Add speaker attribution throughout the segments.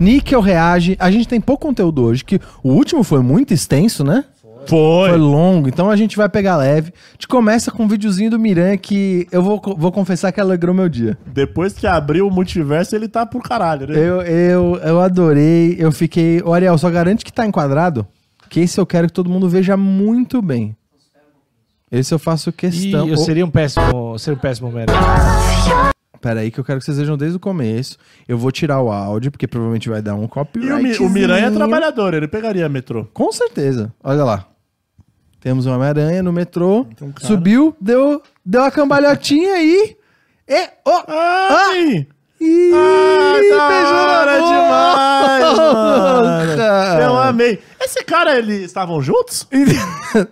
Speaker 1: Níquel reage. A gente tem pouco conteúdo hoje, que o último foi muito extenso, né?
Speaker 2: Foi.
Speaker 1: Foi longo, então a gente vai pegar leve. A gente começa com um videozinho do Miranha que eu vou, co- vou confessar que alegrou meu dia.
Speaker 2: Depois que abriu o multiverso, ele tá por caralho, né?
Speaker 1: Eu, eu, eu adorei, eu fiquei. Ô, Ariel, só garante que tá enquadrado, que esse eu quero que todo mundo veja muito bem. Esse eu faço
Speaker 3: Ih,
Speaker 1: questão.
Speaker 3: eu
Speaker 1: Ô,
Speaker 3: seria um péssimo, eu seria um péssimo Homem-Aranha.
Speaker 1: Peraí, que eu quero que vocês vejam desde o começo. Eu vou tirar o áudio, porque provavelmente vai dar um
Speaker 2: E
Speaker 1: copyright.
Speaker 2: o, Mi- o Miranha é trabalhador, ele pegaria metrô.
Speaker 1: Com certeza. Olha lá. Temos uma aranha no metrô.
Speaker 2: cara.
Speaker 1: subiu, deu, deu a cambalhotinha e. E. Oh,
Speaker 2: Ah,
Speaker 1: Ah!
Speaker 2: sim!
Speaker 1: Ih,
Speaker 2: da Ah, tá hora demais, mano. Eu amei. Esse cara, eles estavam juntos?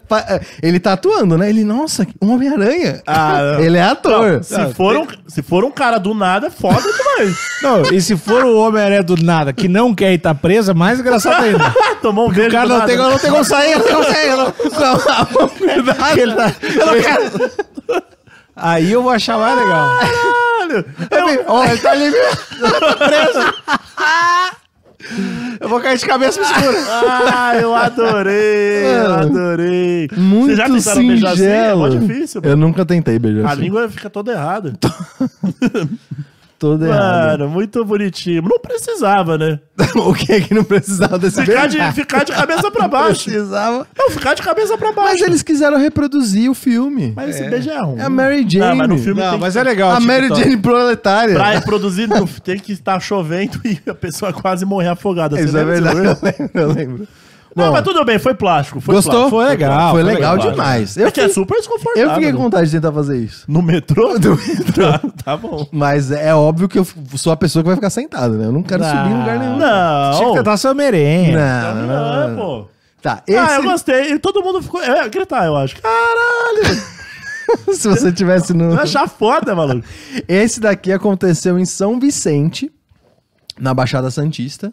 Speaker 1: Pa- Ele tá atuando, né? Ele, nossa, um Homem-Aranha.
Speaker 2: Ah, não.
Speaker 1: ele é ator.
Speaker 2: Se for, um, se for um cara do nada, é foda demais.
Speaker 3: Não, e se for o Homem-Aranha do nada que não quer ir tá presa, mais engraçado ainda.
Speaker 2: Tomou um beijo
Speaker 3: O cara
Speaker 2: do
Speaker 3: não
Speaker 2: nada.
Speaker 3: tem, não tem como sair, não tem como sair. Não, não, ele tá- eu não quero. Aí eu vou achar mais legal.
Speaker 2: Caralho.
Speaker 3: Ó, ele tá ali mesmo. preso. Eu vou cair de cabeça pra segura.
Speaker 2: Ah, eu adorei, eu adorei.
Speaker 1: Muito
Speaker 2: Vocês já tentaram beijar assim? É
Speaker 1: singelo.
Speaker 2: mó difícil.
Speaker 1: Eu nunca tentei beijar
Speaker 2: A
Speaker 1: assim.
Speaker 2: língua fica toda errada.
Speaker 1: Todo errado.
Speaker 2: Mano, muito bonitinho. Não precisava, né?
Speaker 1: o que é que não precisava desse
Speaker 2: Ficar de,
Speaker 1: beijo?
Speaker 2: ficar de cabeça pra baixo.
Speaker 1: Precisava.
Speaker 2: Não, ficar de cabeça pra baixo.
Speaker 1: Mas
Speaker 2: Mas,
Speaker 1: eles quiseram reproduzir o filme.
Speaker 2: esse beijo é ruim.
Speaker 1: É a Mary Jane.
Speaker 2: Ah, mas no filme
Speaker 3: Não,
Speaker 2: tem
Speaker 3: mas
Speaker 2: que...
Speaker 3: é legal.
Speaker 1: A
Speaker 3: tipo,
Speaker 1: Mary
Speaker 3: tá-
Speaker 1: Jane proletária.
Speaker 2: Pra reproduzir, não, tem que estar chovendo e a pessoa quase morrer afogada. Você
Speaker 1: Isso é
Speaker 2: lembra desse
Speaker 1: verdade.
Speaker 2: rolê?
Speaker 1: Eu lembro, eu lembro.
Speaker 2: Não,
Speaker 1: Bom,
Speaker 2: mas tudo bem, foi plástico. Ah, Foi
Speaker 1: gostou?
Speaker 2: plástico.
Speaker 3: Foi legal,
Speaker 1: Foi
Speaker 3: foi
Speaker 1: legal,
Speaker 3: legal.
Speaker 1: demais.
Speaker 2: É
Speaker 1: Eu
Speaker 2: que é
Speaker 1: fiquei,
Speaker 2: super desconfortável.
Speaker 1: eu fiquei com vontade de tentar fazer isso.
Speaker 2: No metrô?
Speaker 1: Do metrô.
Speaker 2: Tá, tá bom.
Speaker 1: Mas é óbvio que eu f- sou a pessoa que vai ficar sentada, né? Eu não quero
Speaker 3: Não.
Speaker 1: subir em lugar nenhum.
Speaker 3: Tinha que
Speaker 2: Não.
Speaker 3: tentar né? sua merenha.
Speaker 1: Não, não, não, não.
Speaker 2: Não, pô.
Speaker 1: Tá, esse,
Speaker 2: Então, Ah, eu gostei. E todo mundo ficou. É, gritar, eu acho. Caralho!
Speaker 1: se você tivesse no...
Speaker 2: Eu achar foda, maluco.
Speaker 1: Esse daqui aconteceu em São Vicente, na Baixada Santista.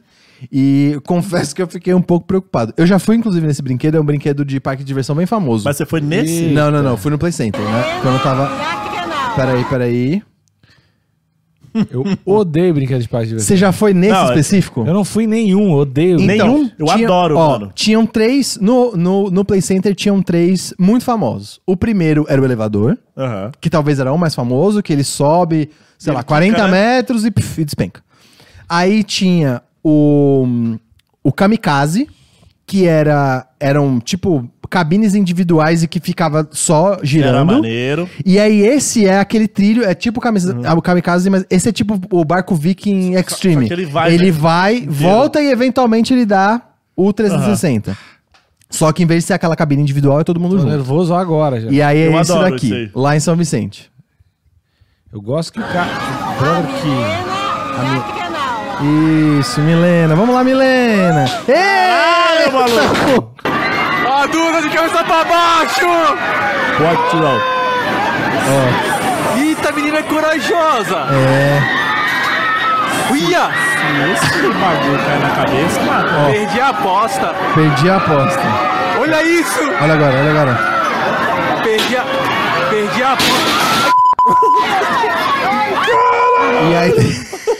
Speaker 1: E confesso que eu fiquei um pouco preocupado. Eu já fui, inclusive, nesse brinquedo. É um brinquedo de parque de diversão bem famoso.
Speaker 2: Mas você foi nesse?
Speaker 1: Não, não, não. Fui no Play Center, né? Quando eu tava... Peraí, peraí.
Speaker 3: Eu odeio brinquedo de parque de diversão.
Speaker 1: Você já foi nesse
Speaker 2: Não, é-
Speaker 1: específico? Então,
Speaker 3: Eu não fui em nenhum, eu odeio.
Speaker 2: Nem- Nenhum? Eu adoro,
Speaker 1: ó,
Speaker 2: mano.
Speaker 1: Tinham três. No, no, no Play Center tinham três muito famosos. O primeiro era o elevador,
Speaker 2: Aham.
Speaker 1: que talvez era o mais famoso, que ele sobe, sei
Speaker 2: Ele
Speaker 1: lá, 40
Speaker 2: quica, né?
Speaker 1: metros e, pf, e despenca. Aí tinha o. O kamikaze, que era. Eram, tipo, cabines individuais e que ficava só girando.
Speaker 2: Era maneiro. Uhum.
Speaker 1: E aí, esse é aquele trilho, é tipo camisa, ah, o kamikaze, mas esse é tipo o barco Viking Extreme.
Speaker 2: só que ele vai,
Speaker 1: ele
Speaker 2: né?
Speaker 1: vai, volta e eventualmente ele dá o 360. Só que em vez de ser aquela cabine individual, é todo mundo
Speaker 3: Tô
Speaker 1: junto.
Speaker 3: nervoso agora já.
Speaker 1: E aí é
Speaker 2: Eu
Speaker 1: esse
Speaker 2: adoro isso
Speaker 1: daqui,
Speaker 2: aí.
Speaker 1: lá em São Vicente.
Speaker 3: Eu gosto que o cara. Brother, que.
Speaker 1: Isso, Milena. Vamos lá, Milena.
Speaker 2: Caralho,
Speaker 1: Ei!
Speaker 2: maluco.
Speaker 4: A Duda de cabeça pra baixo!
Speaker 2: Pode não.
Speaker 4: Eita, menina corajosa! É. Uia!
Speaker 2: Esse bagulho cai na cabeça, mata.
Speaker 4: Perdi a aposta.
Speaker 1: Perdi a aposta.
Speaker 4: Olha isso!
Speaker 1: Olha agora, olha agora.
Speaker 4: Perdi a... Perdi a aposta.
Speaker 1: E aí...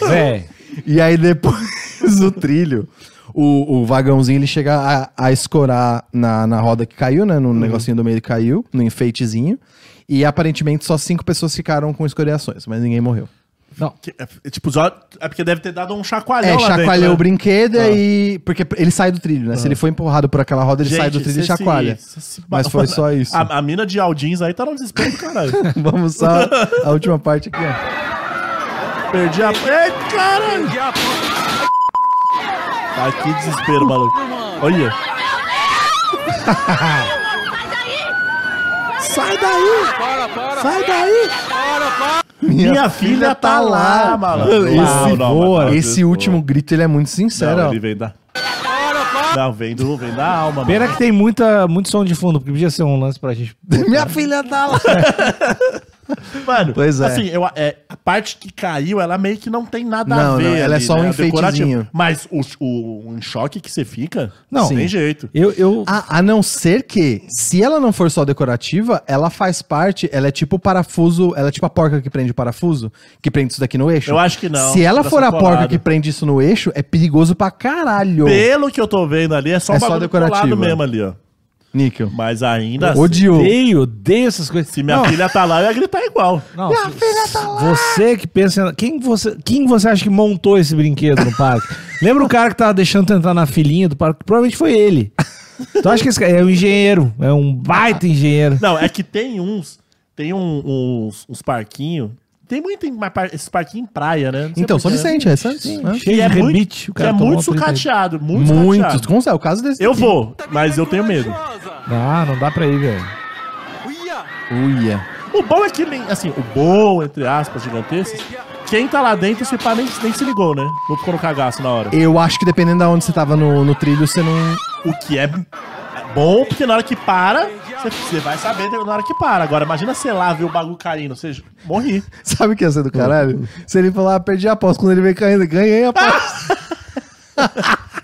Speaker 3: Véi.
Speaker 1: E aí depois do trilho, o, o vagãozinho ele chega a, a escorar na, na roda que caiu, né? No
Speaker 2: Uhum.
Speaker 1: negocinho do meio que caiu, no enfeitezinho. E aparentemente só cinco pessoas ficaram com escoriações, mas ninguém morreu.
Speaker 2: Que- é, é Tipo, só- é porque deve ter dado um chacoalhão
Speaker 1: é,
Speaker 2: lá dentro,
Speaker 1: chacoalhou
Speaker 2: né? Ah.
Speaker 1: o brinquedo e aí. Porque ele sai do trilho, né? Se ele foi empurrado por aquela roda, ele sai do
Speaker 2: Gente, é
Speaker 1: trilho e
Speaker 2: cê se-
Speaker 1: chacoalha.
Speaker 2: cê se-
Speaker 1: Mas foi só isso.
Speaker 2: A, a mina de Aldins aí tá no desespero do caralho.
Speaker 1: Vamos só a última parte aqui, ó.
Speaker 2: Perdi a. Ei, caralho!
Speaker 4: Perdi a aposta.
Speaker 2: Tá que desespero, maluco. Olha. Sai daí!
Speaker 4: Para, para!
Speaker 2: Sai daí!
Speaker 4: Para, para!
Speaker 2: Minha, filha, tá lá, maluco.
Speaker 1: Esse,
Speaker 2: Não, não,
Speaker 1: voa.
Speaker 2: maluco.
Speaker 1: esse último grito ele é muito sincero.
Speaker 2: Não,
Speaker 1: ó.
Speaker 2: ele vem da...
Speaker 4: Para, para!
Speaker 2: Não, vem do, vem da alma,
Speaker 3: Pena
Speaker 2: mano.
Speaker 3: que tem muita, muito som de fundo, porque podia ser um lance pra gente.
Speaker 1: Minha filha tá lá.
Speaker 2: Mano,
Speaker 1: Pois é.
Speaker 2: assim, eu, é, a parte que caiu, ela meio que não tem nada
Speaker 1: Não,
Speaker 2: a ver.
Speaker 1: não, ela é
Speaker 2: ali,
Speaker 1: só um
Speaker 2: O decorativo.
Speaker 1: enfeitezinho.
Speaker 2: Mas o, o, um choque que você fica,
Speaker 3: Não.
Speaker 2: tem
Speaker 3: Sim.
Speaker 2: jeito.
Speaker 3: Eu, eu
Speaker 1: A, a não ser que, se ela não for só decorativa, ela faz parte, ela é tipo o parafuso, ela é tipo a porca que prende o parafuso, que prende isso daqui no eixo.
Speaker 2: Eu acho que não,
Speaker 1: Se ela
Speaker 2: tá
Speaker 1: for a porca
Speaker 2: sacolado.
Speaker 1: que prende isso no eixo, é perigoso pra caralho.
Speaker 2: Pelo que eu tô vendo ali, é só
Speaker 1: É
Speaker 2: um
Speaker 1: só
Speaker 2: bagulho
Speaker 1: decorativo,
Speaker 2: colado
Speaker 1: é.
Speaker 2: mesmo ali, ó.
Speaker 1: Níquel.
Speaker 2: Mas ainda assim,
Speaker 1: Odiou.
Speaker 3: odeio, odeio essas coisas.
Speaker 2: se minha
Speaker 3: não,
Speaker 2: filha tá lá, eu ia gritar igual.
Speaker 3: não, se- Você que pensa. Quem você, quem você acha que montou esse brinquedo no parque? Lembra o cara que tava deixando tu entrar na filhinha do parque? Provavelmente foi ele. Tu acha que esse cara é um engenheiro? É um baita engenheiro.
Speaker 2: Não, é que tem uns. Tem um- uns, uns parquinhos. Tem muito em- par- esses parquinhos em praia, né? Não sei
Speaker 1: Então,
Speaker 2: por
Speaker 1: São
Speaker 2: quê.
Speaker 1: Vicente, é Santos. né?
Speaker 2: Que
Speaker 3: Cheio
Speaker 2: é
Speaker 3: de
Speaker 2: muito,
Speaker 3: rebite.
Speaker 2: que é
Speaker 3: tomou
Speaker 2: muito
Speaker 3: 30
Speaker 2: sucateado. Muito,
Speaker 1: Muitos.
Speaker 2: sucateado.
Speaker 1: Como é o caso desse?
Speaker 2: Eu
Speaker 1: aqui.
Speaker 2: vou, mas eu tenho medo.
Speaker 3: Ah, não dá pra ir, velho.
Speaker 4: Uia,
Speaker 1: Uia.
Speaker 2: O bom é que, nem- assim, o bom, entre aspas, gigantesco, quem tá lá dentro, você pá, nem, nem se ligou, né? Não ficou no cagaço na hora.
Speaker 1: Eu acho que dependendo de onde você tava no, no trilho, você não.
Speaker 2: O que é bom, porque na hora que para, você, você vai saber na hora que para. Agora, imagina você lá ver o bagulho caindo, você morri.
Speaker 1: Sabe o que ia ser do caralho? Se ele falar, ah, perdi a aposta, quando ele vem caindo, ganhei a aposta.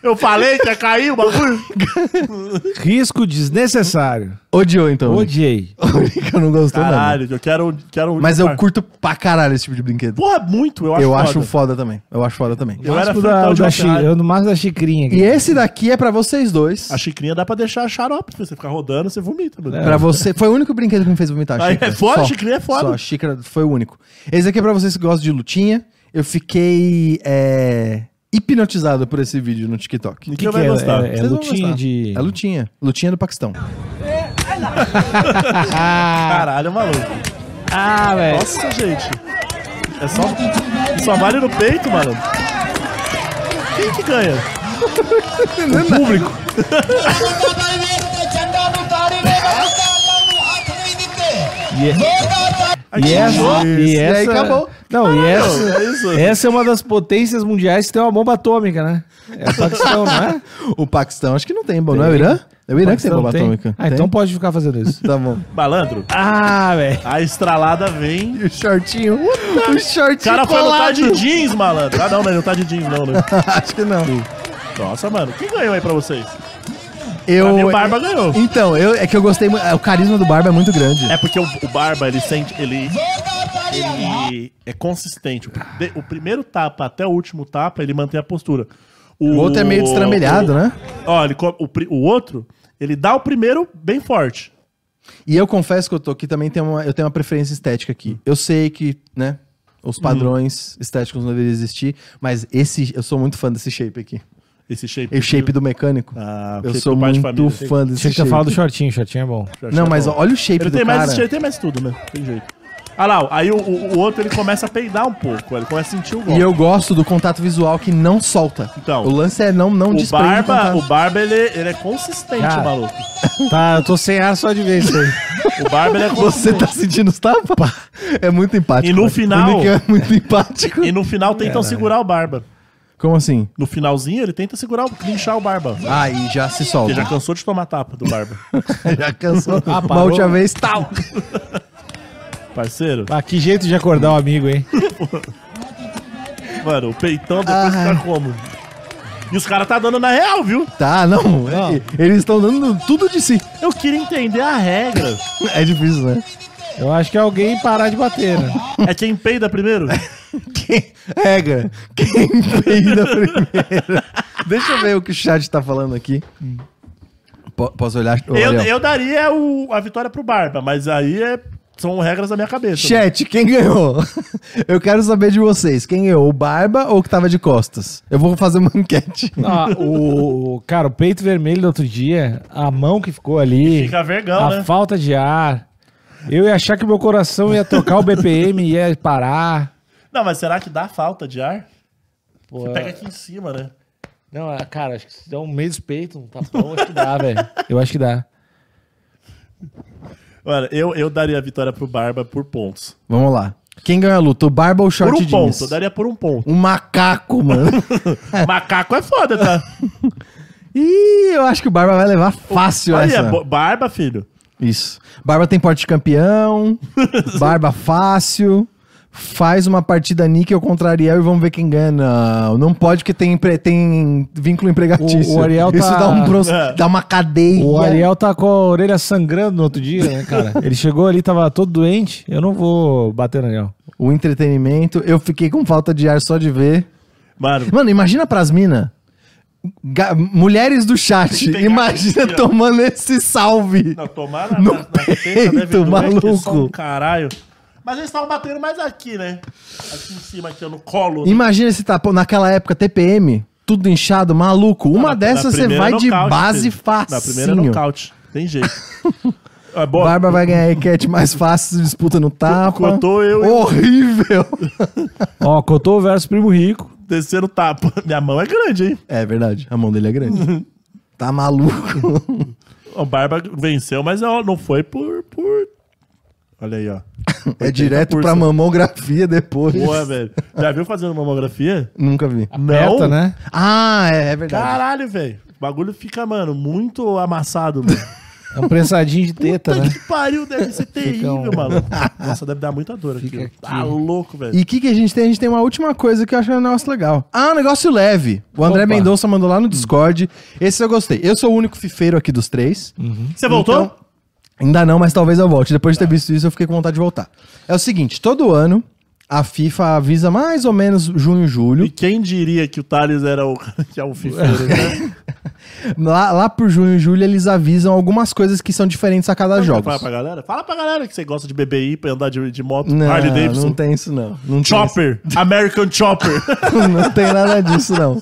Speaker 2: Eu falei que ia cair o bagulho.
Speaker 3: Então, Risco desnecessário.
Speaker 1: Odiou então.
Speaker 2: né?
Speaker 1: Odiou.
Speaker 3: Odiei.
Speaker 1: eu não gostou, não.
Speaker 2: Caralho, eu quero, quero...
Speaker 1: Mas eu curto pra caralho esse tipo de brinquedo.
Speaker 2: Porra, é muito, eu acho
Speaker 1: eu
Speaker 2: foda.
Speaker 1: acho foda também. Eu acho foda também.
Speaker 2: Eu era
Speaker 3: Máximo
Speaker 2: frutal
Speaker 3: da,
Speaker 2: de
Speaker 3: da
Speaker 2: uma
Speaker 3: chi-
Speaker 2: Ferrari.
Speaker 3: eu no máximo da xicrinha aqui.
Speaker 1: E esse daqui é pra vocês dois.
Speaker 2: A xicrinha dá pra deixar xarope, você ficar rodando, você vomita.
Speaker 3: É.
Speaker 2: mano.
Speaker 1: Pra você. Foi o único brinquedo que me fez vomitar. a
Speaker 2: é. Aí,
Speaker 1: xícara.
Speaker 2: é foda,
Speaker 1: Só.
Speaker 2: a xícara é foda.
Speaker 1: Só, a xícara foi o único. Esse aqui é pra vocês que gostam de lutinha. Eu fiquei é, hipnotizado por esse vídeo no TikTok.
Speaker 2: Ninguém
Speaker 3: que
Speaker 2: vai
Speaker 3: que é?
Speaker 2: gostar.
Speaker 3: É
Speaker 1: Vocês vão
Speaker 3: lutinha
Speaker 1: gostar.
Speaker 3: de-
Speaker 1: É lutinha. Lutinha do Paquistão.
Speaker 2: Caralho, maluco.
Speaker 3: Ah, velho.
Speaker 2: Nossa, gente. É só. Só vale no peito, mano. Quem que ganha?
Speaker 3: E essa, e
Speaker 1: E aí
Speaker 3: essa-
Speaker 1: acabou.
Speaker 3: Não, e essa,
Speaker 2: é isso.
Speaker 3: essa é uma das potências mundiais que tem uma bomba atômica, né? É o Paquistão, não é?
Speaker 1: O Paquistão, acho que não tem, bom. Não é o Irã? É o Irã que tem
Speaker 3: Paquistão
Speaker 1: bomba atômica.
Speaker 3: Ah, então pode ficar fazendo isso.
Speaker 1: Tá bom.
Speaker 2: Malandro,
Speaker 3: Ah, velho.
Speaker 2: a estralada vem.
Speaker 1: E o shortinho. O shortinho.
Speaker 2: O cara foi
Speaker 1: colado.
Speaker 2: lutar de jeans, malandro. Ah, não, né? Não tá de jeans, não, né?
Speaker 1: Acho que não.
Speaker 2: Nossa, mano. Quem ganhou aí pra vocês? Pra mim,
Speaker 1: Eu.
Speaker 2: o Barba ganhou.
Speaker 1: Então, eu, é que eu gostei. mu- é, O carisma do Barba é muito grande.
Speaker 2: É porque o, o Barba, ele sente. Ele. Ele é consistente. O, pri- o primeiro tapa até o último tapa, ele mantém a postura.
Speaker 1: O outro é meio destrambelhado, né?
Speaker 2: Ó, ele, co- o, pri- o outro, ele dá o primeiro bem forte.
Speaker 1: E eu confesso que eu tô aqui também tem uma, eu tenho uma preferência estética aqui. Eu sei que, né, os
Speaker 2: Hum.
Speaker 1: padrões estéticos não deveriam existir, mas esse eu sou muito fã desse shape aqui.
Speaker 2: Esse shape.
Speaker 1: O shape do mecânico.
Speaker 2: Ah,
Speaker 1: eu
Speaker 2: shape
Speaker 1: sou
Speaker 2: do pai de
Speaker 1: muito
Speaker 2: família.
Speaker 1: fã desse
Speaker 3: Tinha que ter
Speaker 1: shape.
Speaker 3: falado do shortinho, shortinho é bom.
Speaker 1: Não, mas olha o shape
Speaker 2: Ele
Speaker 1: do
Speaker 2: tem
Speaker 1: cara.
Speaker 2: mais, ele tem mais tudo, né? Tem jeito. Ah lá, aí o, o- o outro ele começa a peidar um pouco, ele começa a sentir o
Speaker 1: E
Speaker 2: golpe.
Speaker 1: eu gosto do contato visual que não solta.
Speaker 2: Então,
Speaker 1: o lance é não não
Speaker 2: o
Speaker 1: desprende
Speaker 2: barba,
Speaker 1: contato.
Speaker 2: o barba ele, ele é consistente,
Speaker 3: Cara.
Speaker 2: maluco.
Speaker 3: Tá, eu tô sem ar só de vez isso aí.
Speaker 2: O barba ele é
Speaker 1: Você
Speaker 2: consistente.
Speaker 1: tá sentindo os tapas? É muito empático.
Speaker 2: E no
Speaker 1: né?
Speaker 2: final-
Speaker 1: O Nick é muito empático.
Speaker 2: E no final tentam segurar o barba.
Speaker 1: Como assim?
Speaker 2: No finalzinho ele tenta segurar, o- clinchar o barba.
Speaker 1: Aí Ah, já se
Speaker 2: Ele
Speaker 1: solta.
Speaker 2: já cansou de tomar tapa do barba.
Speaker 1: já cansou. Uma
Speaker 3: parou?
Speaker 1: última vez, tal.
Speaker 2: Parceiro,
Speaker 3: Ah, que jeito de acordar o amigo, hein?
Speaker 2: mano, o peitão depois
Speaker 1: Ah.
Speaker 2: fica como? E os caras tá dando na real, viu?
Speaker 1: Tá, não. é- Eles estão dando tudo de si.
Speaker 2: Eu queria entender a regra.
Speaker 1: É difícil, né?
Speaker 3: Eu acho que é alguém parar de bater, né?
Speaker 2: É quem peida primeiro?
Speaker 1: Quem... Regra. Quem peida primeiro. Deixa eu ver o que o chat tá falando aqui. Po- posso olhar? Ô,
Speaker 2: Eu,
Speaker 1: Ariel.
Speaker 2: eu daria o- a vitória pro Barba, mas aí é- são regras da minha cabeça. né?
Speaker 1: Chat, quem ganhou? Eu quero saber de vocês. Quem ganhou? O Barba ou o que tava de costas? Eu vou fazer uma enquete.
Speaker 3: Ah, o, o- cara, o peito vermelho do outro dia, a mão que ficou ali,
Speaker 2: Fica vergão,
Speaker 3: a
Speaker 2: né?
Speaker 3: falta de ar. Eu ia achar que meu coração ia tocar o BPM, ia parar.
Speaker 2: Não, mas será que dá falta de ar?
Speaker 3: Pô,
Speaker 2: Você pega aqui em cima, né?
Speaker 3: Não, ah, cara, acho que se der um meio de peito, um tapão, acho que dá, velho. Eu acho que dá.
Speaker 2: Olha, eu, eu daria a vitória pro Barba por pontos.
Speaker 1: Vamos lá. Quem ganhou a luta? O Barba ou o
Speaker 2: Por
Speaker 1: short
Speaker 2: um
Speaker 1: jeans?
Speaker 3: né?
Speaker 2: ponto, eu daria por um ponto.
Speaker 1: Um macaco, mano.
Speaker 2: Macaco é foda, tá?
Speaker 1: Ih, eu acho que o Barba vai levar fácil
Speaker 2: Olha,
Speaker 1: essa.
Speaker 2: bo- barba, filho.
Speaker 1: Isso. Barba tem porte de campeão, barba fácil. Faz uma partida níquel contra Ariel e vamos ver quem ganha. Não, não pode porque tem, empre- tem vínculo empregatício.
Speaker 3: O- o Ariel
Speaker 1: Isso
Speaker 3: tá-
Speaker 1: dá, um bronze-
Speaker 2: É.
Speaker 1: dá uma cadeia.
Speaker 3: O Ariel tá com a orelha sangrando no outro dia, né, cara? Ele chegou ali, tava todo doente. Eu não vou bater no Ariel.
Speaker 1: O entretenimento. Eu fiquei com falta de ar só de ver.
Speaker 2: Mano,
Speaker 1: Mano, imagina pras minas. Mulheres do chat,
Speaker 2: Tem
Speaker 1: imagina
Speaker 2: aqui, ó.
Speaker 1: tomando esse salve.
Speaker 2: não, tomar na,
Speaker 1: No
Speaker 2: na, na teta deve
Speaker 1: peito,
Speaker 2: doer, que só um
Speaker 1: maluco.
Speaker 2: caralho. Mas eles estavam batendo mais aqui, né? Aqui em cima, aqui, ó, no colo. né?
Speaker 1: Imagina esse tapão naquela época, TPM, tudo inchado, maluco. Uma
Speaker 2: Na- na
Speaker 1: dessas você
Speaker 2: primeira é
Speaker 1: vai de
Speaker 2: nocaute,
Speaker 1: base
Speaker 2: filho. Na primeira é
Speaker 1: facinho.
Speaker 2: nocaute. Tem jeito. É, boa.
Speaker 1: Barba vai ganhar a enquete mais fácil, disputa no tapa.
Speaker 2: Cortou eu e-
Speaker 1: Horrível.
Speaker 3: Ó, Cotô versus Primo Rico.
Speaker 2: Terceiro tapa. Minha mão é grande, hein?
Speaker 1: É verdade, a mão dele é grande. Tá maluco.
Speaker 2: O Barba venceu, mas ó, não foi por. por... Olha aí, ó.
Speaker 1: É direto pra
Speaker 2: 80%.
Speaker 1: mamografia depois.
Speaker 2: Boa, velho. Já viu fazendo mamografia?
Speaker 1: Nunca vi.
Speaker 3: Aperta, né?
Speaker 1: Ah, é, é verdade.
Speaker 2: Caralho, velho. O bagulho fica, mano, muito amassado, mano.
Speaker 3: É um prensadinho de teta,
Speaker 2: Puta
Speaker 3: né?
Speaker 2: que pariu, deve ser terrível,
Speaker 3: um-
Speaker 2: maluco. Nossa, deve dar muita dor aqui. ó. Tá louco, velho.
Speaker 1: E o que, que a gente tem? A gente tem uma última coisa que eu acho um negócio legal. Ah, um negócio leve. O André
Speaker 3: Opa.
Speaker 1: Mendonça mandou lá no Discord. Esse eu gostei. Eu sou o único fifeiro aqui dos três.
Speaker 2: Você voltou?
Speaker 1: Então, ainda não, mas talvez eu volte. Depois de ter visto isso, eu fiquei com vontade de voltar. É o seguinte, todo ano a FIFA avisa mais ou menos junho,
Speaker 2: E
Speaker 1: julho.
Speaker 2: quem diria que o Thales era o, que é o fifeiro, né?
Speaker 1: Lá, lá por junho, julho, eles avisam algumas coisas que são diferentes a cada jogo.
Speaker 2: Fala Então, pra galera. Fala pra galera que você gosta de BBI pra andar de, de moto.
Speaker 1: Não,
Speaker 2: Harley Davidson.
Speaker 1: não tem isso não. Não tem
Speaker 2: Chopper. American Chopper.
Speaker 1: não tem nada disso, não.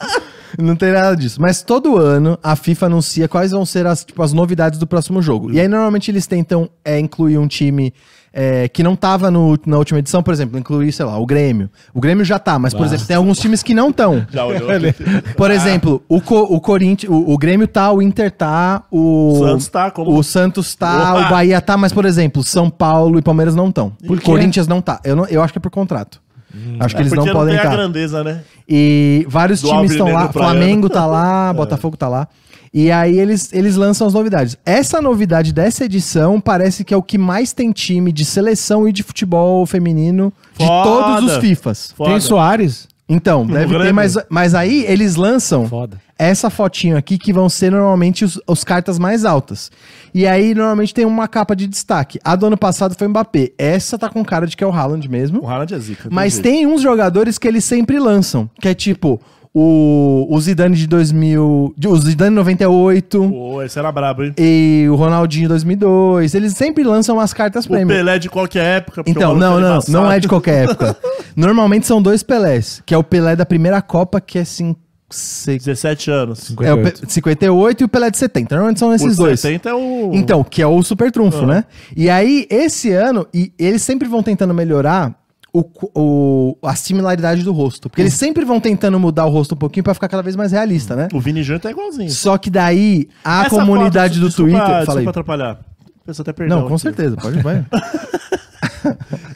Speaker 1: Não tem nada disso. Mas todo ano a FIFA anuncia quais vão ser as, tipo, as novidades do próximo jogo. E aí, normalmente, eles tentam é, incluir um time é, que não tava no, na última edição, por exemplo, incluir, sei lá, o Grêmio. O Grêmio já tá, mas, por exemplo, tem alguns times que não estão.
Speaker 2: Ah. Já olhou.
Speaker 1: Por exemplo, o, Co- o Corinthians, o, o Grêmio tá, o Inter tá, o.
Speaker 2: O Santos tá, como-
Speaker 1: O Santos tá,
Speaker 2: Opa!
Speaker 1: o Bahia tá, mas, por exemplo, São Paulo e Palmeiras não estão.
Speaker 3: quê?
Speaker 1: Corinthians não tá. Eu, não- eu acho que é por contrato.
Speaker 2: Hum.
Speaker 1: acho que eles não podem
Speaker 2: É tem
Speaker 1: estar.
Speaker 2: a grandeza, né?
Speaker 1: E vários
Speaker 2: Do
Speaker 1: times estão
Speaker 2: Alvinegro
Speaker 1: lá.
Speaker 2: Praiano.
Speaker 1: Flamengo tá lá,
Speaker 2: É.
Speaker 1: Botafogo tá lá. E aí eles, eles lançam as novidades. Essa novidade dessa edição parece que é o que mais tem time de seleção e de futebol feminino de
Speaker 2: Foda.
Speaker 1: todos os FIFAs.
Speaker 2: Foda. Um
Speaker 3: Tem Soares?
Speaker 1: Então, deve ter
Speaker 2: Grêmio.
Speaker 1: mais. Mas aí eles lançam
Speaker 3: Foda.
Speaker 1: essa fotinho aqui que vão ser normalmente os, os cartas mais altas. E aí normalmente tem uma capa de destaque. A do ano passado foi Mbappé. Essa tá com cara de que é o Haaland mesmo.
Speaker 2: O Haaland é zica.
Speaker 1: Mas
Speaker 2: jeito.
Speaker 1: tem uns jogadores que eles sempre lançam, que é tipo o, o Zidane de 2000, de- o Zidane 98
Speaker 2: Pô, esse era brabo, hein?
Speaker 1: e o Ronaldinho de 2002. Eles sempre lançam as cartas
Speaker 2: O
Speaker 1: prêmio.
Speaker 2: Pelé de qualquer época. porque o
Speaker 1: Então,
Speaker 2: maluco
Speaker 1: não,
Speaker 2: era
Speaker 1: não,
Speaker 2: embaçado.
Speaker 1: não é de qualquer época. Normalmente são dois Pelés, que é o Pelé da primeira Copa, que é cin- se-
Speaker 2: 17 anos.
Speaker 1: é o Pe- 58 e o Pelé de 70. Normalmente são esses
Speaker 2: O
Speaker 1: dois.
Speaker 2: 70 é o... Ah.
Speaker 1: Então, que é o super trunfo, né? E aí, esse ano, e eles sempre vão tentando melhorar o, cu- o- a similaridade do rosto. Porque eles
Speaker 2: Hum.
Speaker 1: sempre vão tentando mudar o rosto um pouquinho pra ficar cada vez mais realista, né?
Speaker 2: O Vini Júnior tá igualzinho.
Speaker 1: Só que daí, a
Speaker 2: Essa
Speaker 1: comunidade
Speaker 2: foto-
Speaker 1: do
Speaker 2: desculpa-
Speaker 1: Twitter... Fala aí.
Speaker 2: Desculpa atrapalhar. Peço até perdão.
Speaker 1: Não, com
Speaker 2: aqui.
Speaker 1: certeza, pode vai.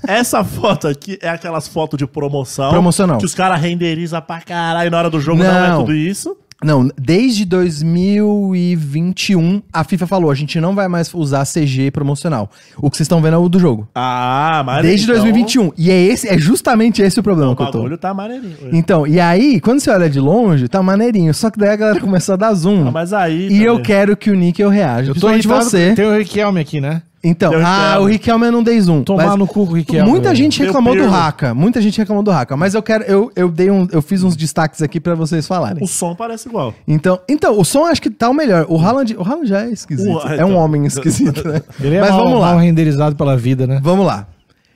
Speaker 2: Essa foto aqui é aquelas fotos de promoção.
Speaker 1: Promocional.
Speaker 2: Que os caras renderizam pra caralho. Na hora do jogo não, é
Speaker 1: Não.
Speaker 2: tudo isso.
Speaker 1: Não, desde 2021, a FIFA falou, a gente não vai mais usar CG promocional. O que vocês estão vendo é o do jogo.
Speaker 2: Ah, mas
Speaker 1: Desde
Speaker 2: então,
Speaker 1: 2021. E é, esse, é justamente esse o problema
Speaker 2: O
Speaker 1: que eu tô.
Speaker 2: bagulho tá maneirinho.
Speaker 1: Então, e aí, quando você olha de longe, tá maneirinho. Só que daí a galera começa a dar zoom.
Speaker 2: Ah, mas aí...
Speaker 1: E eu
Speaker 2: também.
Speaker 1: quero que o Nickel reaja. Eu
Speaker 3: de
Speaker 1: você.
Speaker 3: Tem o Riquelme aqui, né?
Speaker 1: Então,
Speaker 2: Tem o
Speaker 1: ah,
Speaker 2: Riquelme.
Speaker 1: o Riquelme eu não dei zoom.
Speaker 3: Tomar
Speaker 1: mas
Speaker 3: no cu o Riquelme,
Speaker 1: Muita
Speaker 3: velho.
Speaker 1: gente
Speaker 2: Meu
Speaker 1: reclamou do
Speaker 2: Deus.
Speaker 1: Raka. Muita gente reclamou do Raka. Mas eu quero. Eu, eu, dei um, eu fiz uns destaques aqui pra vocês falarem.
Speaker 2: O som parece igual.
Speaker 1: Então, então, o som acho que tá o melhor. O Haaland, o Haaland já é esquisito.
Speaker 2: O- então.
Speaker 1: É um homem esquisito, né?
Speaker 3: Ele é
Speaker 1: Mas
Speaker 3: mal,
Speaker 1: vamos lá.
Speaker 3: mal renderizado pela vida, né?
Speaker 1: Vamos lá.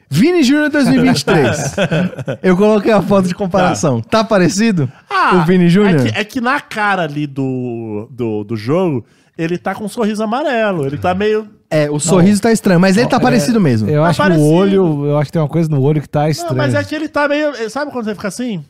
Speaker 1: Vini Júnior 2023. Eu coloquei a foto de comparação. Tá, parecido? o Vini Júnior?
Speaker 2: É, que- é que na cara ali do, do, do jogo, ele tá com um sorriso amarelo. Ele tá meio...
Speaker 1: É, o sorriso tá estranho, mas ele tá parecido mesmo.
Speaker 3: Eu
Speaker 2: Tá
Speaker 3: acho que
Speaker 2: parecido.
Speaker 3: o olho, eu acho que tem uma coisa no olho que tá
Speaker 2: Não,
Speaker 3: estranha.
Speaker 2: mas é que ele tá meio... Sabe quando você fica assim?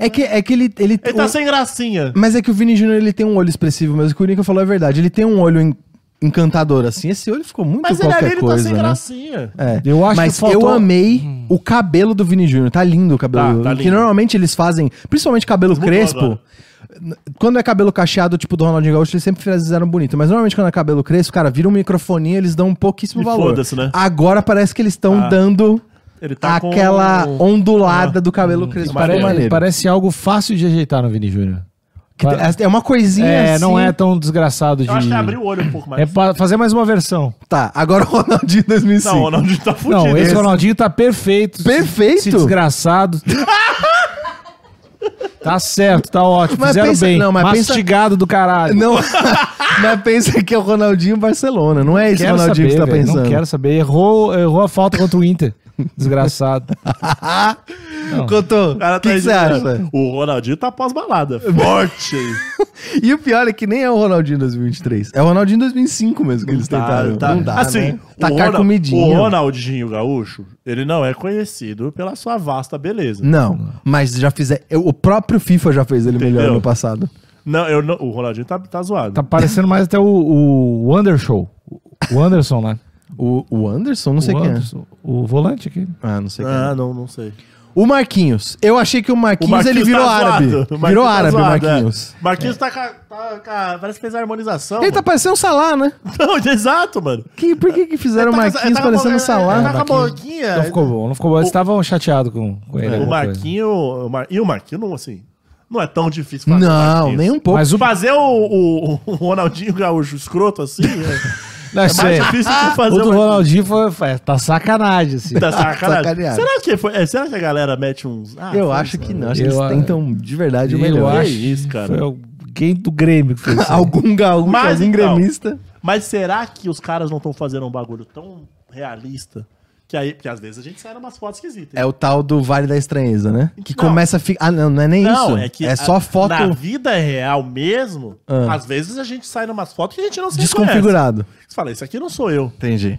Speaker 1: É que, é que ele. Ele,
Speaker 2: Ele tá
Speaker 1: o-
Speaker 2: sem gracinha.
Speaker 1: Mas é que o Vini Júnior ele tem um olho expressivo, mas o que o Nico falou é verdade. Ele tem um olho en- encantador, assim. Esse olho ficou muito
Speaker 2: Mas ele
Speaker 1: qualquer
Speaker 2: ali, ele tá
Speaker 1: coisa,
Speaker 2: sem
Speaker 1: né?
Speaker 2: gracinha.
Speaker 1: É.
Speaker 3: Eu acho
Speaker 1: Mas
Speaker 3: que faltou- Hum.
Speaker 1: eu amei o cabelo do Vini Júnior. Tá lindo o cabelo.
Speaker 2: Tá, tá
Speaker 1: que
Speaker 2: lindo.
Speaker 1: normalmente eles fazem, principalmente cabelo
Speaker 2: mudou
Speaker 1: crespo.
Speaker 2: agora.
Speaker 1: n- Quando é cabelo cacheado, tipo do Ronaldinho Gaúcho, eles sempre fizeram bonito. Mas normalmente quando é cabelo crespo, cara, vira um microfoninho, eles dão um pouquíssimo
Speaker 2: E
Speaker 1: valor.
Speaker 2: foda-se, né?
Speaker 1: Agora parece que eles estão
Speaker 2: Ah.
Speaker 1: dando
Speaker 2: Ele tá com-
Speaker 1: aquela ondulada do cabelo crespo.
Speaker 2: Mas
Speaker 1: Ficou
Speaker 2: é-
Speaker 1: maneiro.
Speaker 3: um- Ah. Hum. Parece, parece algo fácil de ajeitar no Vini Júnior.
Speaker 1: Que tem- É uma coisinha
Speaker 3: É, não
Speaker 1: assim.
Speaker 3: é tão desgraçado de.
Speaker 2: Eu acho que abriu o olho um pouco mais.
Speaker 3: É pra fazer mais uma versão.
Speaker 1: Tá, agora o Ronaldinho 2005.
Speaker 2: Não, o Ronaldinho tá fudido.
Speaker 3: Não, esse Ronaldinho tá perfeito.
Speaker 1: Perfeito?
Speaker 3: Esse desgraçado. tá certo, tá ótimo.
Speaker 1: Mas
Speaker 3: Fizeram
Speaker 1: pensa-
Speaker 3: bem.
Speaker 1: não, mas pensa-
Speaker 3: Mastigado do caralho.
Speaker 1: Não, mas pensa que é o Ronaldinho Barcelona, não é esse
Speaker 3: quero
Speaker 1: Ronaldinho
Speaker 3: saber,
Speaker 1: que você tá
Speaker 3: velho,
Speaker 1: pensando.
Speaker 3: Não quero saber. Errou, errou a falta contra o Inter. Desgraçado.
Speaker 1: Cotô, o
Speaker 2: O cara
Speaker 1: que que
Speaker 2: tá
Speaker 1: você
Speaker 2: dizendo,
Speaker 1: acha?
Speaker 2: O Ronaldinho tá pós-balada. Forte!
Speaker 1: E o pior é que nem é o Ronaldinho 2023, é o Ronaldinho 2005 mesmo que eles tentaram.
Speaker 2: Tá, tá.
Speaker 1: Não dá,
Speaker 2: assim,
Speaker 1: né?
Speaker 2: o,
Speaker 1: Tacar
Speaker 2: Ronald-
Speaker 1: comidinha.
Speaker 2: o Ronaldinho Gaúcho, ele não é conhecido pela sua vasta beleza.
Speaker 1: Não, mas já fizer. eu- o próprio FIFA já fez ele melhor
Speaker 2: Entendeu?
Speaker 1: no passado.
Speaker 2: Não, eu não- o Ronaldinho tá, tá zoado.
Speaker 3: Tá parecendo mais até o, o, o Undershow. O Anderson lá.
Speaker 1: O, o Anderson, não sei
Speaker 3: o
Speaker 1: quem é.
Speaker 3: Anderson, O volante aqui.
Speaker 1: Ah, não sei quem é.
Speaker 2: Ah, não, não sei.
Speaker 1: O Marquinhos. Eu achei que o Marquinhos, ele virou
Speaker 2: tá
Speaker 1: árabe.
Speaker 2: zoado. O Marquinhos
Speaker 1: Virou
Speaker 2: tá
Speaker 1: árabe o
Speaker 2: zoado, é.
Speaker 1: Marquinhos.
Speaker 2: Marquinhos tá, ca- tá ca- Parece que fez a harmonização.
Speaker 1: Ele tá
Speaker 2: mano.
Speaker 1: parecendo o Salah, né?
Speaker 2: Não, exato, mano.
Speaker 1: Que, por que, que fizeram o
Speaker 2: Ele tá com-
Speaker 1: Marquinhos
Speaker 2: ele tá com a
Speaker 1: parecendo um o
Speaker 2: boca- ele- ele
Speaker 1: Salah?
Speaker 2: tá com a boquinha.
Speaker 3: Não ficou bom, não ficou bom. Eles estavam chateados com, com ele.
Speaker 2: O
Speaker 3: alguma coisa.
Speaker 2: Marquinho. o Mar- E o Marquinho, não, assim. Não é tão difícil fazer. o
Speaker 1: Não,
Speaker 2: Marquinhos.
Speaker 1: nem um pouco.
Speaker 3: Mas o.
Speaker 2: Fazer o, o- o Ronaldinho Gaúcho escroto assim é,
Speaker 3: Não,
Speaker 2: é mais
Speaker 3: sério.
Speaker 2: difícil que
Speaker 3: O
Speaker 2: fazer
Speaker 3: do
Speaker 2: o Marquinhos.
Speaker 3: Ronaldinho foi, foi- tá sacanagem, assim.
Speaker 2: Tá sacanagem.
Speaker 1: Sacaneado.
Speaker 2: Será que, foi, é, será que a galera mete uns. ah,
Speaker 1: eu
Speaker 2: foi
Speaker 1: acho
Speaker 2: isso,
Speaker 1: que
Speaker 2: né?
Speaker 1: não. Acho que
Speaker 3: Eu
Speaker 1: eles
Speaker 3: a-
Speaker 1: tentam de verdade o
Speaker 3: eu
Speaker 1: melhor.
Speaker 3: acho.
Speaker 2: Que isso, cara.
Speaker 3: Foi alguém do Grêmio que fez isso.
Speaker 1: Algum gaúcho,
Speaker 2: Mas,
Speaker 1: algum
Speaker 2: então,
Speaker 1: gremista.
Speaker 2: Mas será que os caras não estão fazendo um bagulho tão realista? Que aí, porque às vezes a gente sai umas fotos esquisitas.
Speaker 1: É o tal do Vale da Estranheza, né? Que
Speaker 2: Não.
Speaker 1: começa a ficar. Ah, não, não é nem isso. É,
Speaker 2: a-
Speaker 1: só foto
Speaker 2: Na vida real mesmo,
Speaker 1: Ah.
Speaker 2: às vezes a gente sai numas fotos que a gente não se
Speaker 1: desconfigurado.
Speaker 2: reconhece. Você fala, isso aqui não sou eu.
Speaker 1: Entendi.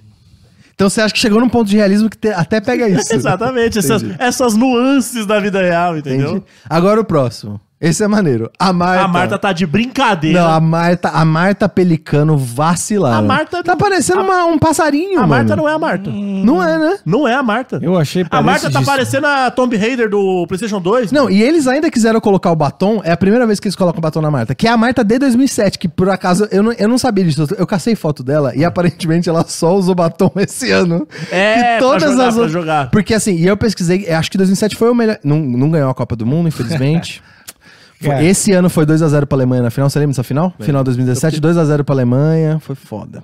Speaker 1: Então você acha que chegou num ponto de realismo que te- até pega isso.
Speaker 2: Exatamente, essas,
Speaker 1: Entendi.
Speaker 2: essas nuances da vida real, entendeu?
Speaker 1: Entendi. Agora o próximo. Esse é maneiro. A Marta.
Speaker 2: A Marta tá de brincadeira.
Speaker 1: Não, a Marta, a Marta Pelicano vacilar.
Speaker 2: A Marta-
Speaker 1: Tá parecendo uma- um passarinho,
Speaker 2: A Marta
Speaker 1: mano.
Speaker 2: não é a Marta.
Speaker 1: não é. né?
Speaker 2: Não é a Marta.
Speaker 3: Eu achei
Speaker 2: A Marta
Speaker 3: parece
Speaker 2: tá
Speaker 3: disso.
Speaker 2: parecendo a Tomb Raider do PlayStation 2.
Speaker 1: Não, e eles ainda quiseram colocar o batom, é a primeira vez que eles colocam o batom na Marta, que é a Marta de 2007, que por acaso eu não, eu não sabia disso. Eu cacei foto dela e aparentemente ela só usou batom esse ano.
Speaker 2: É,
Speaker 1: e
Speaker 2: pra jogar, pra
Speaker 1: outras-
Speaker 2: jogar.
Speaker 1: Porque assim, e eu pesquisei, eu acho que 2007 foi o melhor. Não, não ganhou a Copa do Mundo, infelizmente. Foi-
Speaker 3: Cara.
Speaker 1: Esse ano foi 2x0 pra Alemanha na final. Você lembra dessa final? Final 2017, 2x0 pra Alemanha. Foi foda.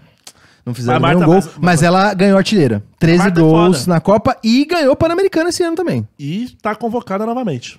Speaker 1: Não fizeram
Speaker 2: A Marta-
Speaker 1: nenhum gol, mas,
Speaker 2: mas- mas-
Speaker 1: ela ganhou artilheira. 13
Speaker 2: Marta é
Speaker 1: gols
Speaker 2: foda.
Speaker 1: na Copa e ganhou o Pan-Americano esse ano também.
Speaker 2: E tá convocada novamente.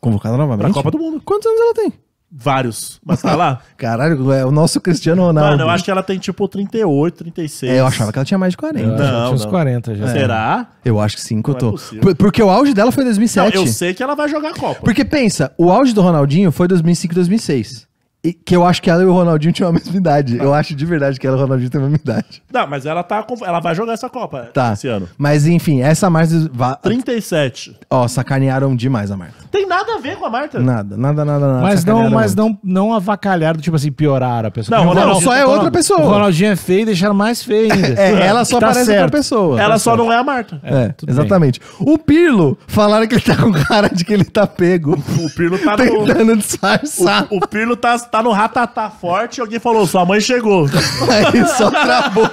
Speaker 1: Convocada novamente?
Speaker 2: Pra Copa do Mundo.
Speaker 1: Quantos anos ela tem?
Speaker 2: Vários. Mas tá lá.
Speaker 1: Caralho, é o nosso Cristiano Ronaldo.
Speaker 2: Mano, eu acho que ela tem tipo 38, 36.
Speaker 1: É, eu achava que ela tinha mais de 40.
Speaker 3: Eu acho que
Speaker 2: Não,
Speaker 3: tinha uns
Speaker 2: não.
Speaker 3: 40 já.
Speaker 2: Será?
Speaker 1: Eu acho que sim, que eu
Speaker 2: Não é
Speaker 1: tô.
Speaker 2: possível.
Speaker 1: Por- Porque o auge dela foi em
Speaker 2: Não,
Speaker 1: 2007.
Speaker 2: eu sei que ela vai jogar a Copa.
Speaker 1: Porque pensa, o auge do Ronaldinho foi 2005, 2006. E, que eu acho que ela e o Ronaldinho tinham a mesma idade. Eu acho de verdade que ela e o Ronaldinho têm a mesma idade.
Speaker 2: Não, mas ela, tá, conv- ela vai jogar essa Copa
Speaker 1: Tá.
Speaker 2: esse ano.
Speaker 1: Mas enfim, essa Marta. va-
Speaker 2: 37.
Speaker 1: Ó, sacanearam demais a Marta.
Speaker 2: Tem nada a ver com a Marta.
Speaker 1: Nada, nada, nada, nada.
Speaker 3: Mas, não,
Speaker 1: sacanearam
Speaker 3: mas
Speaker 1: muito.
Speaker 3: não, não avacalharam, tipo assim, pioraram a pessoa.
Speaker 2: Não,
Speaker 3: Porque o
Speaker 2: não,
Speaker 1: Não,
Speaker 3: Ronaldinho-
Speaker 1: só é
Speaker 2: Ronaldinho-
Speaker 1: outra pessoa.
Speaker 3: O Ronaldinho é feio e deixaram mais feio ainda.
Speaker 1: É, ela só
Speaker 3: Que tá
Speaker 1: parece outra
Speaker 3: certo.
Speaker 1: pessoa.
Speaker 2: ela só não é a Marta.
Speaker 1: É,
Speaker 3: tudo bem.
Speaker 1: exatamente. O Pirlo, falaram que ele tá com cara de que ele tá pego.
Speaker 2: O Pirlo tá no.
Speaker 1: Tentando disfarçar.
Speaker 2: O Pirlo tá, tá no ratatá forte e alguém falou: sua mãe chegou.
Speaker 1: Aí só travou.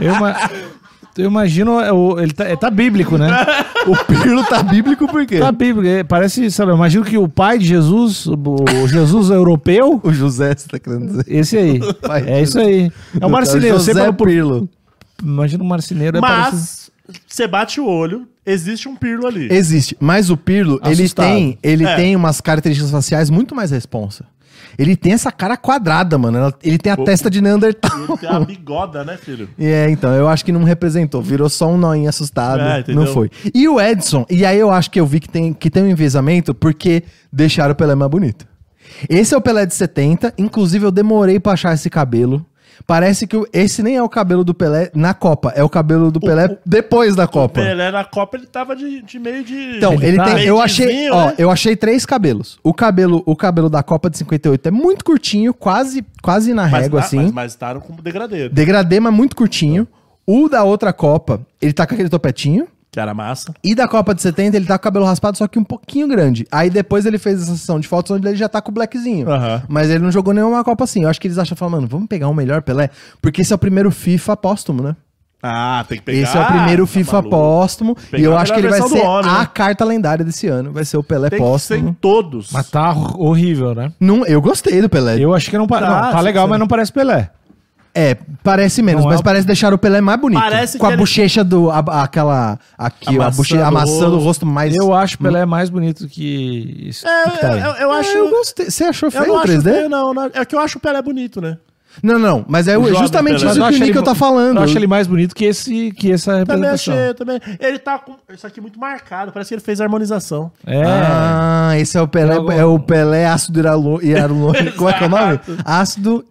Speaker 3: Eu, ima- eu imagino, é, o- ele tá, é, tá bíblico, né?
Speaker 1: O Pirlo tá bíblico por quê?
Speaker 3: Tá bíblico. é, Parece, sabe, eu imagino que o pai de Jesus, o o Jesus europeu,
Speaker 1: O José, você tá querendo dizer.
Speaker 3: esse aí.
Speaker 1: Pai de
Speaker 3: É isso aí. É o marceneiro.
Speaker 1: José
Speaker 3: Você pelo por...
Speaker 1: Pirlo.
Speaker 3: Imagina o marceneiro. é parecido.
Speaker 2: Mas, você bate o olho, existe um Pirlo ali.
Speaker 1: Existe, mas o Pirlo, ele
Speaker 3: Assustado.
Speaker 1: tem, ele
Speaker 2: É.
Speaker 1: tem umas características faciais muito mais responsa. Ele tem essa cara quadrada, mano. ela- Ele tem a testa de Neandertal.
Speaker 2: Ele tem uma bigoda, né, filho?
Speaker 1: E É, então, eu acho que não representou. Virou só um noinha assustado.
Speaker 2: É, entendeu?
Speaker 1: não foi. E o Edson, e aí eu acho que eu vi que tem, que tem um enviesamento porque deixaram o Pelé mais bonito. Esse é o Pelé de 70, inclusive eu demorei pra achar esse cabelo. Parece que o- esse nem é o cabelo do Pelé na Copa, é o cabelo do Pelé depois da Copa.
Speaker 2: Pelé na Copa, ele tava de, de meio de.
Speaker 1: Então, ele,
Speaker 3: tá
Speaker 1: tem.
Speaker 2: meio
Speaker 1: Eu
Speaker 2: de
Speaker 1: achei,
Speaker 2: vinho,
Speaker 1: ó,
Speaker 2: né?
Speaker 1: eu achei três cabelos. O cabelo, o cabelo da Copa de 58 é muito curtinho, quase, quase na
Speaker 2: Mas-
Speaker 1: régua,
Speaker 2: ah,
Speaker 1: assim.
Speaker 2: Mas, mas taram com degradê.
Speaker 1: Degradê, mas muito curtinho. O da outra Copa, ele tá com aquele topetinho.
Speaker 2: Que que era massa.
Speaker 1: E da Copa de 70 ele tá com o cabelo raspado, só que um pouquinho grande. Aí depois ele fez essa sessão de fotos onde ele já tá com o blackzinho.
Speaker 2: Aham.
Speaker 1: Mas ele não jogou nenhuma Copa assim. Eu acho que eles acham, falam, mano, vamos pegar o melhor Pelé, porque esse é o primeiro FIFA póstumo, né?
Speaker 2: Ah, tem que pegar.
Speaker 1: esse é o primeiro
Speaker 2: Tá
Speaker 1: FIFA
Speaker 2: maluco.
Speaker 1: póstumo.
Speaker 2: Pegar
Speaker 1: e eu
Speaker 2: a
Speaker 1: acho que ele
Speaker 2: melhor
Speaker 1: vai
Speaker 2: versão do
Speaker 1: ser
Speaker 2: homem,
Speaker 1: a
Speaker 2: né?
Speaker 1: carta lendária desse ano. Vai ser o Pelé
Speaker 2: Tem que ser
Speaker 1: póstumo.
Speaker 2: em todos.
Speaker 3: Mas tá horrível, né?
Speaker 1: Não, eu gostei do Pelé.
Speaker 3: Eu acho que não parece.
Speaker 2: Tá,
Speaker 3: Tá, tá
Speaker 2: sim,
Speaker 3: legal,
Speaker 2: sim.
Speaker 3: mas não parece Pelé.
Speaker 1: É, parece menos,
Speaker 3: Não é
Speaker 1: mas
Speaker 3: o-
Speaker 1: parece deixar o Pelé mais bonito.
Speaker 2: Parece
Speaker 1: com
Speaker 2: que
Speaker 1: a
Speaker 2: ele-
Speaker 1: bochecha do. a- aquela. Aqui,
Speaker 2: A
Speaker 1: a,
Speaker 2: maçã
Speaker 1: bochecha,
Speaker 2: do
Speaker 1: a maçã do
Speaker 2: rosto.
Speaker 1: rosto mais.
Speaker 3: Eu acho Pelé mais bonito que isso. que tá
Speaker 2: É,
Speaker 3: aí.
Speaker 2: eu, eu- eu acho.
Speaker 1: Ah, eu gostei. Você achou
Speaker 2: Eu
Speaker 1: feio
Speaker 2: não
Speaker 1: o
Speaker 2: acho
Speaker 1: 3D?
Speaker 2: feio, não, não. É que eu acho o Pelé bonito, né?
Speaker 1: Não, não, mas é
Speaker 2: jovem
Speaker 1: justamente
Speaker 2: Pelé.
Speaker 1: isso que o Nico tá falando.
Speaker 3: Eu acho ele mais bonito que, esse, que essa
Speaker 2: Também
Speaker 1: então.
Speaker 3: representação.
Speaker 2: achei, é também. Ele tá com isso aqui muito marcado, parece que ele fez harmonização.
Speaker 3: É.
Speaker 1: Ah, esse é o Pelé,
Speaker 3: Joga-
Speaker 1: é o Pelé ácido hialo- hialurônico. Como é que é o nome? Ácido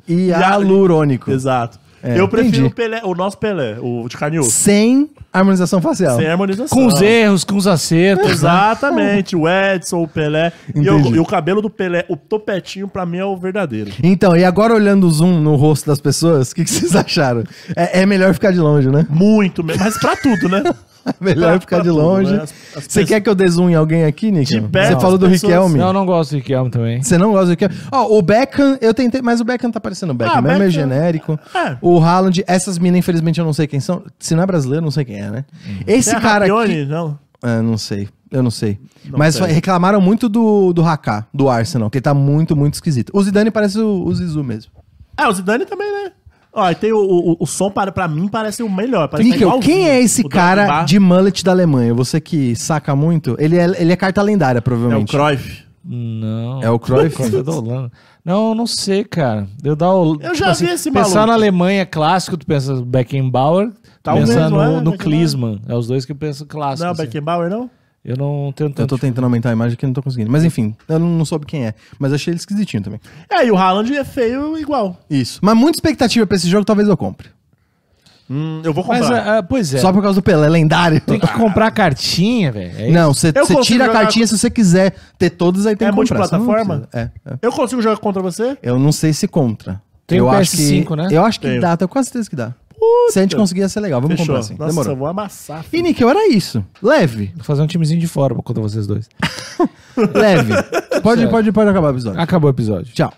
Speaker 1: hialurônico.
Speaker 2: Exato.
Speaker 1: É,
Speaker 2: eu prefiro
Speaker 1: entendi.
Speaker 2: o Pelé, o nosso Pelé, o de carne e osso,
Speaker 1: Sem harmonização facial.
Speaker 2: sem harmonização.
Speaker 3: com os erros, com os acertos. né?
Speaker 2: Exatamente, o Edson, o Pelé. E, eu-
Speaker 1: Entendi.
Speaker 2: e o cabelo do Pelé, o topetinho, pra mim é o verdadeiro.
Speaker 1: Então, e agora olhando o zoom no rosto das pessoas, o que, que vocês acharam? É, é melhor ficar de longe, né?
Speaker 2: Muito mesmo, mas pra tudo, né?
Speaker 1: É melhor
Speaker 2: Pra-
Speaker 1: ficar
Speaker 2: pra
Speaker 1: de
Speaker 2: tudo,
Speaker 1: longe.
Speaker 2: né? As- as
Speaker 1: Você
Speaker 2: pessoas-
Speaker 1: quer que eu dê zoom em alguém aqui, Nico?
Speaker 2: De perto,
Speaker 1: Você
Speaker 2: as
Speaker 1: falou do
Speaker 2: pessoas-
Speaker 1: Riquelme.
Speaker 3: Não, eu não gosto de Riquelme também.
Speaker 1: Você não gosta do Riquelme? Ó, o Beckham, eu tentei, mas o Beckham tá parecendo o Beckham,
Speaker 2: Ah,
Speaker 1: mesmo é meio
Speaker 2: Beckham-
Speaker 1: genérico.
Speaker 2: É.
Speaker 1: O Haaland, essas minas, infelizmente, eu não sei quem são. Se não é brasileiro, não sei quem é, né? Esse
Speaker 2: Hum. Tem a
Speaker 1: cara aqui...
Speaker 2: Rapione, não.
Speaker 1: Ah, não sei, eu não sei. mas
Speaker 2: sei.
Speaker 1: reclamaram muito do, do Haká, do Arsenal, que ele tá muito, muito esquisito. O Zidane parece o, o Zizou mesmo.
Speaker 2: Ah, o Zidane também, né? Ó, e tem o, o, o som, para, pra mim, parece o melhor. Parece que tá
Speaker 1: Níquel, quem
Speaker 2: igualzinho.
Speaker 1: é esse
Speaker 2: O
Speaker 1: cara
Speaker 2: Drogba
Speaker 1: de mullet da Alemanha? Você que saca muito, ele é, ele é carta lendária,
Speaker 2: É o
Speaker 1: provavelmente.
Speaker 2: Cruyff.
Speaker 3: Não.
Speaker 1: É o Cruyff?
Speaker 3: É da Holanda. Não, eu não sei, cara. Eu, da Hol-
Speaker 2: Eu já vi esse
Speaker 3: Pensar
Speaker 2: maluco.
Speaker 3: na Alemanha clássico, tu pensa no Beckenbauer, tu
Speaker 2: Talvez,
Speaker 3: pensa
Speaker 2: não é?
Speaker 3: no, no
Speaker 2: Beckenbauer.
Speaker 3: Klinsmann. É os dois que eu penso clássico.
Speaker 2: Não,
Speaker 3: assim.
Speaker 2: Beckenbauer, não?
Speaker 3: Eu não tento...
Speaker 1: Eu tô tentando aumentar a imagem que eu não tô conseguindo. Mas enfim, eu não, não soube quem é. Mas achei ele esquisitinho também.
Speaker 2: É, e o Haaland é feio igual.
Speaker 1: Isso. Mas muita expectativa pra esse jogo, talvez eu compre.
Speaker 2: Hum, eu vou
Speaker 3: Mas,
Speaker 2: comprar.
Speaker 3: ah, pois é.
Speaker 1: Só por causa do Pelé, lendário.
Speaker 3: Tem que comprar cartinha, velho. É
Speaker 1: Não, você
Speaker 2: Eu consigo
Speaker 1: tira a
Speaker 2: jogar
Speaker 1: cartinha se você quiser ter todas, aí tem
Speaker 2: É
Speaker 1: que comprar. Você não
Speaker 2: multiplataforma?
Speaker 1: precisa. É, é.
Speaker 2: Eu consigo jogar contra você?
Speaker 1: Eu não sei se contra.
Speaker 3: Tem
Speaker 1: eu
Speaker 3: o
Speaker 1: acho
Speaker 3: PS5,
Speaker 1: que,
Speaker 3: né?
Speaker 1: Eu acho que
Speaker 2: Tem.
Speaker 1: dá, tenho quase certeza que dá. Se a gente conseguir, ia ser legal. Vamos
Speaker 2: Fechou.
Speaker 1: comprar assim.
Speaker 2: Nossa, eu
Speaker 1: Demorou.
Speaker 2: vou amassar. filho.
Speaker 1: E, Níquel, era isso. Leve,
Speaker 3: Vou fazer um timezinho de fora contra vocês dois.
Speaker 1: leve. pode,
Speaker 3: Certo. Ah,
Speaker 1: pode, pode acabar o episódio.
Speaker 3: Acabou o episódio.
Speaker 1: Tchau.